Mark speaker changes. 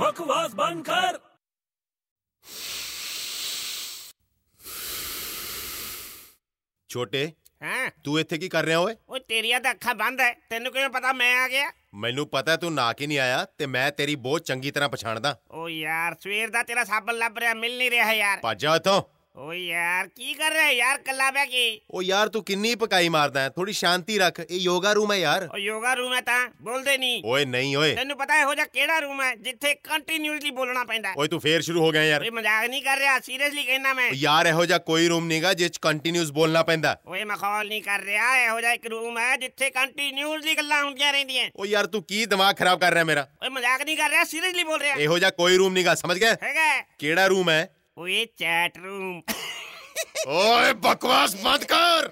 Speaker 1: बकवास बंद कर
Speaker 2: ਛੋਟੇ
Speaker 3: ਹਾਂ
Speaker 2: ਤੂੰ ਇੱਥੇ ਕੀ ਕਰ ਰਿਹਾ ਓਏ
Speaker 3: ਉਹ ਤੇਰੀਆਂ ਤਾਂ ਅੱਖਾਂ ਬੰਦ ਐ ਤੈਨੂੰ ਕਿਵੇਂ ਪਤਾ ਮੈਂ ਆ ਗਿਆ
Speaker 2: ਮੈਨੂੰ ਪਤਾ ਤੂੰ ਨਾ ਕਿ ਨਹੀਂ ਆਇਆ ਤੇ ਮੈਂ ਤੇਰੀ ਬਹੁਤ ਚੰਗੀ ਤਰ੍ਹਾਂ ਪਛਾਣਦਾ
Speaker 3: ਓ ਯਾਰ ਸਵੇਰ ਦਾ ਤੇਰਾ ਸਾਬਣ ਲੱਭ ਰਿਹਾ ਮਿਲ ਨਹੀਂ ਰਿਹਾ ਯਾਰ
Speaker 2: ਭੱਜ ਜਾ ਇੱਥੋਂ
Speaker 3: ਓ ਯਾਰ ਕੀ ਕਰ ਰਿਹਾ ਯਾਰ ਕੱਲਾ ਬਹਿ ਕੇ
Speaker 2: ਓ ਯਾਰ ਤੂੰ ਕਿੰਨੀ ਪਕਾਈ ਮਾਰਦਾ ਹੈ ਥੋੜੀ ਸ਼ਾਂਤੀ ਰੱਖ ਇਹ ਯੋਗਾ ਰੂਮ ਹੈ ਯਾਰ
Speaker 3: ਓ ਯੋਗਾ ਰੂਮ ਐ ਤਾਂ ਬੋਲਦੇ ਨਹੀਂ
Speaker 2: ਓਏ ਨਹੀਂ ਓਏ
Speaker 3: ਤੈਨੂੰ ਪਤਾ ਇਹੋ ਜਿਹਾ ਕਿਹੜਾ ਰੂਮ ਐ ਜਿੱਥੇ ਕੰਟੀਨਿਊਸਲੀ ਬੋਲਣਾ ਪੈਂਦਾ
Speaker 2: ਓਏ ਤੂੰ ਫੇਰ ਸ਼ੁਰੂ ਹੋ ਗਿਆ ਯਾਰ
Speaker 3: ਓਏ ਮਜ਼ਾਕ ਨਹੀਂ ਕਰ ਰਿਹਾ ਸੀਰੀਅਸਲੀ ਕਹਿਣਾ ਮੈਂ
Speaker 2: ਓ ਯਾਰ ਇਹੋ ਜਿਹਾ ਕੋਈ ਰੂਮ ਨਹੀਂਗਾ ਜਿਸ ਚ ਕੰਟੀਨਿਊਸ ਬੋਲਣਾ ਪੈਂਦਾ
Speaker 3: ਓਏ ਮਖੌਲ ਨਹੀਂ ਕਰ ਰਿਹਾ ਇਹੋ ਜਿਹਾ ਇੱਕ ਰੂਮ ਐ ਜਿੱਥੇ ਕੰਟੀਨਿਊਸਲੀ ਗੱਲਾਂ ਹੁੰਦੀਆਂ ਰਹਿੰਦੀਆਂ
Speaker 2: ਓ ਯਾਰ ਤੂੰ ਕੀ ਦਿਮਾਗ ਖਰਾਬ ਕਰ ਰਿਹਾ ਮੇਰਾ
Speaker 3: ਓਏ ਮਜ਼ਾਕ ਨਹੀਂ ਕਰ ਰਿਹਾ ਸੀਰੀਅਸਲੀ ਬੋਲ ਰਿਹਾ
Speaker 2: ਇਹੋ ਜਿਹਾ ਕੋਈ ਰੂਮ ਨਹੀਂਗਾ ਸਮਝ ਗਿਆ
Speaker 3: ਹੈਗਾ ਹੈ।
Speaker 2: ਕਿਹੜਾ ਰੂਮ ਹੈ
Speaker 3: ਓਏ ਚੈਟ ਰੂਮ
Speaker 2: ਓਏ ਬਕਵਾਸ ਬੰਦ ਕਰ